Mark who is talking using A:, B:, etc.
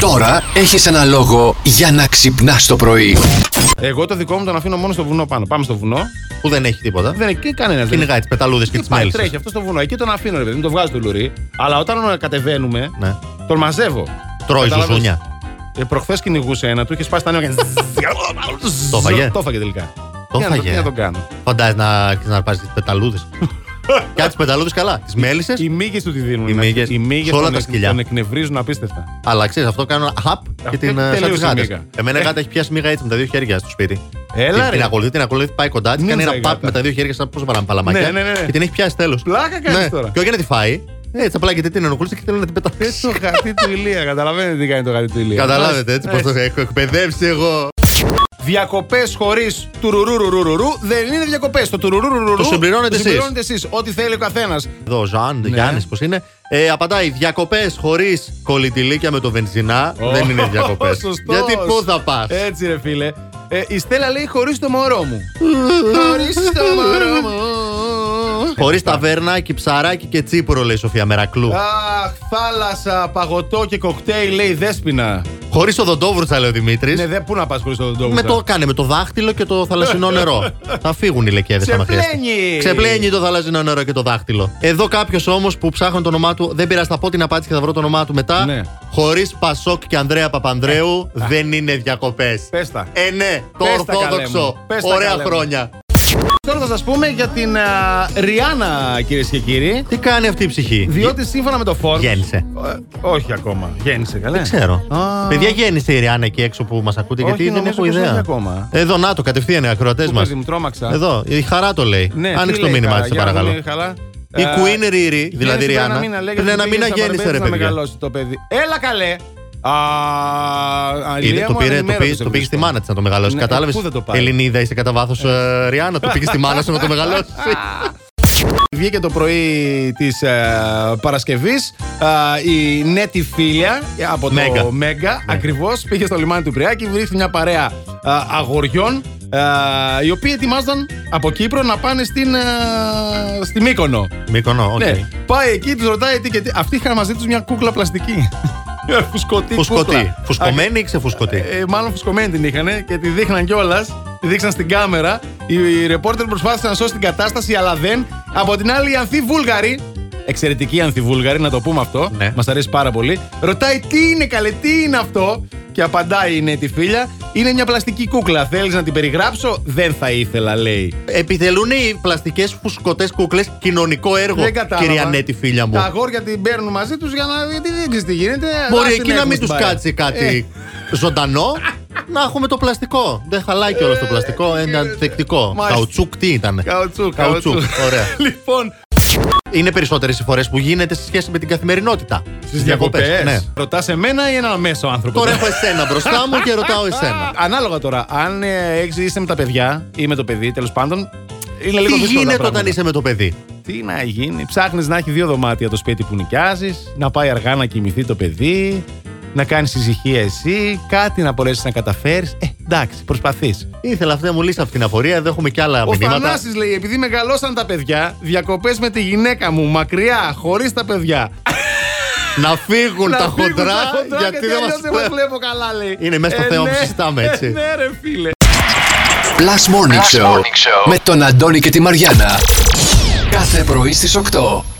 A: Τώρα έχεις ένα λόγο για να ξυπνάς το πρωί.
B: Εγώ το δικό μου τον αφήνω μόνο στο βουνό πάνω. Πάμε στο βουνό.
C: Που δεν έχει τίποτα.
B: Δεν έχει κανένα.
C: Κυνηγάει τι πεταλούδες και τι
B: Πάει,
C: μέλισσες.
B: τρέχει αυτό στο βουνό. Εκεί τον αφήνω, ρε παιδί μου, το βγάζω το λουρί. Αλλά όταν κατεβαίνουμε,
C: Ναι.
B: τον μαζεύω.
C: Τρώει
B: Κατάλαβες.
C: ζουζούνια.
B: Ε, Προχθές κυνηγούσε ένα, του είχε σπάσει τα νεύρα.
C: Το φαγε.
B: Το φαγε τελικά.
C: Το
B: Τι να-
C: φαγε.
B: Τι να τον κάνω.
C: Φαντάζει να, να πάρεις τις πεταλούδες. Κάτι τι πεταλούδες καλά. Τις μέλισσες.
B: Οι μύγες του τη δίνουν.
C: Οι
B: να-
C: μύγες.
B: Οι μύγες
C: Σε όλα
B: τον
C: τα
B: εκ-
C: σκυλιά.
B: Τον εκνευρίζουν απίστευτα.
C: Αλλά ξέρεις, αυτό κάνω ένα χαπ και
B: Αυτή
C: την ε, σαν
B: τελείωσε
C: τις
B: η
C: γάτες.
B: μύγα.
C: Εμένα η γάτα έχει πιάσει μίγα έτσι με τα δύο χέρια στο σπίτι.
B: Έλα
C: την, την
B: ρε.
C: ακολουθεί, την ακολουθεί, πάει κοντά της, κάνει
B: Νύμσα
C: ένα
B: η
C: παπ
B: γάτα.
C: με τα δύο χέρια σαν πόσο παράμε παλαμάκια.
B: Ναι, ναι, ναι, ναι.
C: Και την έχει πιάσει τέλος.
B: Πλάκα κάνεις τώρα.
C: Και όχι να τη φάει. Έτσι απλά γιατί την ενοχλούσε και θέλει να την πετάξει.
B: Έτσι το γατί του Ηλία. Καταλαβαίνετε τι κάνει το γατί του Ηλία.
C: Καταλάβετε
B: ε.
C: έτσι πώς το έχω εκπαιδεύσει εγώ.
B: Διακοπές χωρίς τουρουρουρουρουρουρου δεν είναι διακοπές. Το τουρουρουρουρουρου
C: Το συμπληρώνετε
B: το
C: εσείς.
B: συμπληρώνετε εσείς. Ό,τι θέλει ο καθένας.
C: Εδώ ο Ζαν,
B: Ναι.
C: Γιάννης, πώς είναι. Ε, απαντάει διακοπές χωρίς κολλητηλίκια με το βενζινά. Δεν είναι διακοπές. Γιατί πού θα πας.
B: Έτσι, ρε φίλε. Ε, η Στέλλα λέει χωρίς το μωρό μου. χωρίς το μωρό μου.
C: Χωρί ταβέρνακι, ψαράκι και τσίπουρο, λέει η Σοφία Μερακλού.
B: Αχ, θάλασσα, παγωτό και κοκτέιλ, λέει δέσπινα.
C: Χωρί οδοντόβρουτσα, λέει ο
B: Ναι,
C: Δημήτρη.
B: δεν πού να πας χωρίς τον τόπο.
C: Με το κάνε, με το δάχτυλο και το θαλασσινό νερό. θα φύγουν οι λεκέδες άμα χρειαστεί.
B: Ξεπλένει.
C: Ξεπλένει το θαλασσινό νερό και το δάχτυλο. Εδώ κάποιος όμως που ψάχνει το όνομά του, δεν πειράζει, θα πω την απάντηση και θα βρω το όνομά του μετά.
B: Ναι. Ε.
C: Χωρίς Πασόκ και Ανδρέα Παπανδρέου δεν είναι διακοπές.
B: Πες τα.
C: Ε, ναι, το
B: Πες τα, καλέ μου.
C: ορθόδοξο.
B: Πες τα,
C: Ωραία
B: καλέ μου.
C: χρόνια.
B: Τώρα θα σας πούμε για την α, Ριάννα, κυρίες και κύριοι.
C: Τι κάνει αυτή η ψυχή.
B: Διότι σύμφωνα με το Forbes.
C: Γέννησε.
B: Ε, όχι ακόμα. Γέννησε, καλέ.
C: Δεν ξέρω.
B: Α.
C: Παιδιά, γέννησε η Ριάννα εκεί έξω που μας ακούτε,
B: Όχι,
C: γιατί δεν
B: νομίζω
C: έχω
B: πως όχι
C: ιδέα.
B: ακόμα.
C: Εδώ, να το κατευθείαν οι ακροατές
B: Πού,
C: μας.
B: παιδί μου, τρόμαξα.
C: Εδώ, η χαρά το λέει.
B: Ναι, τι
C: Άνοιξε το
B: λέει
C: μήνυμά
B: καλά,
C: της, σε
B: για να
C: παρακαλώ.
B: δούμε καλά.
C: Η
B: Ε,
C: Queen Riri,
B: γέννησε
C: δηλαδή η
B: πριν ένα
C: Ριάννα.
B: μήνα, λέγεται
C: Πριν ένα
B: ότι
C: μήνα
B: πήγε στα
C: γέννησε, ρε
B: Παρμπέτες να
C: παιδιά.
B: μεγαλώσει το παιδί. Έλα καλέ! Α,
C: Είδε,
B: Ηλία
C: το
B: μου,
C: πήρε, το,
B: ανημέρωσε
C: πήγε, το πήγε στη μάνα της να το μεγαλώσει.
B: Ναι,
C: Κατάλαβες.
B: πού δεν το πάει.
C: Ελληνίδα είσαι κατά βάθος Ριάννα. Το πήγες στη μάνα σου να το μεγαλώσει.
B: Βγήκε το πρωί της Παρασκευή η Νέτη Φίλια ε, από
C: Μέγκα.
B: το Μέγκα. Ναι. Ακριβώς πήγε στο λιμάνι του Πριάκη, βρίσκει μια παρέα ε, αγοριών ε, οι οποίοι ετοιμάζονταν από Κύπρο να πάνε στην, ε, στη Μύκονο.
C: Μήκονο, οκ.
B: Ναι. Πάει εκεί, τους ρωτάει τι και τι. Αυτοί είχαν μαζί τους μια κούκλα πλαστική. Φουσκωτή.
C: Φουσκωτή.
B: κούκλα.
C: Φουσκωμένη ή ξεφουσκωτή.
B: Ε, μάλλον φουσκωμένη την είχαν και τη δείχναν κιόλας. Τη δείξαν στην κάμερα. Οι, οι ρεπόρτερ προσπάθησαν να σώσει την κατάσταση, αλλά δεν. Από την άλλη, η Ανθή Βούλγαρη. Εξαιρετική Ανθή Βούλγαρη, να το πούμε αυτό.
C: Ναι.
B: Μας αρέσει πάρα πολύ. Ρωτάει τι είναι καλέ, τι είναι αυτό. Και απαντάει είναι τη φίλια. Είναι μια πλαστική κούκλα. Θέλεις να την περιγράψω. Δεν θα ήθελα, λέει.
C: Επιτελούν οι πλαστικές φουσκωτές κούκλες κοινωνικό έργο,
B: Δεν κατάλαβα.
C: κυρία Νέτη, φίλια μου.
B: Τα αγόρια την παίρνουν μαζί τους για να. Γιατί δεν ξέρεις τι γίνεται.
C: Μπορεί
B: Ας την
C: εκεί να
B: έχουμε
C: μην
B: στην
C: του
B: παρέα.
C: κάτσει
B: Ε,
C: κάτι ζωντανό, να έχουμε το πλαστικό. Δεν χαλάει κιόλας το πλαστικό, είναι ανθεκτικό.
B: Ε, Μάλιστα.
C: Καουτσούκ, τι ήταν.
B: Καουτσούκ,
C: Καουτσούκ, ωραία.
B: λοιπόν,
C: Είναι περισσότερες οι φορές που γίνεται σε σχέση με την καθημερινότητα.
B: στις διακοπέ.
C: Ναι.
B: Ρωτάς εμένα ή ένα μέσο άνθρωπο.
C: Τώρα έχω εσένα μπροστά μου και ρωτάω εσένα.
B: Ανάλογα τώρα, αν ε, έχεις- είσαι με τα παιδιά ή με το παιδί, τέλος πάντων. Είναι λίγο
C: Τι
B: δύσκολο τα
C: γίνεται
B: πράγματα.
C: όταν είσαι με το παιδί.
B: Τι να γίνει, ψάχνεις να έχει δύο δωμάτια το σπίτι που νοικιάζεις, να πάει αργά να κοιμηθεί το παιδί, να κάνεις ησυχία εσύ, κάτι να μπορέσεις να καταφέρεις. Ε, εντάξει, προσπαθείς.
C: Ήθελα αυτή να μου λύσει αυτή την απορία, εδώ έχουμε κι άλλα
B: Ο
C: μηνύματα.
B: Θανάσης λέει, επειδή μεγαλώσαν τα παιδιά, διακοπές με τη γυναίκα μου, μακριά, χωρίς τα παιδιά.
C: Να φύγουν
B: Να
C: τα
B: φύγουν
C: χοντρά, γιατί δεν
B: αλλιώς
C: μας
B: δεν μας
C: βλέπουν.
B: βλέπω καλά, λέει.
C: Είναι μέσα στο
B: Ε,
C: θέμα που
B: ναι,
C: συζητάμε,
B: ε,
C: έτσι.
B: Ναι, ρε φίλε.
A: Plus Morning, Show, με τον Αντώνη και τη Μαριάνα. Κάθε πρωί στις 8.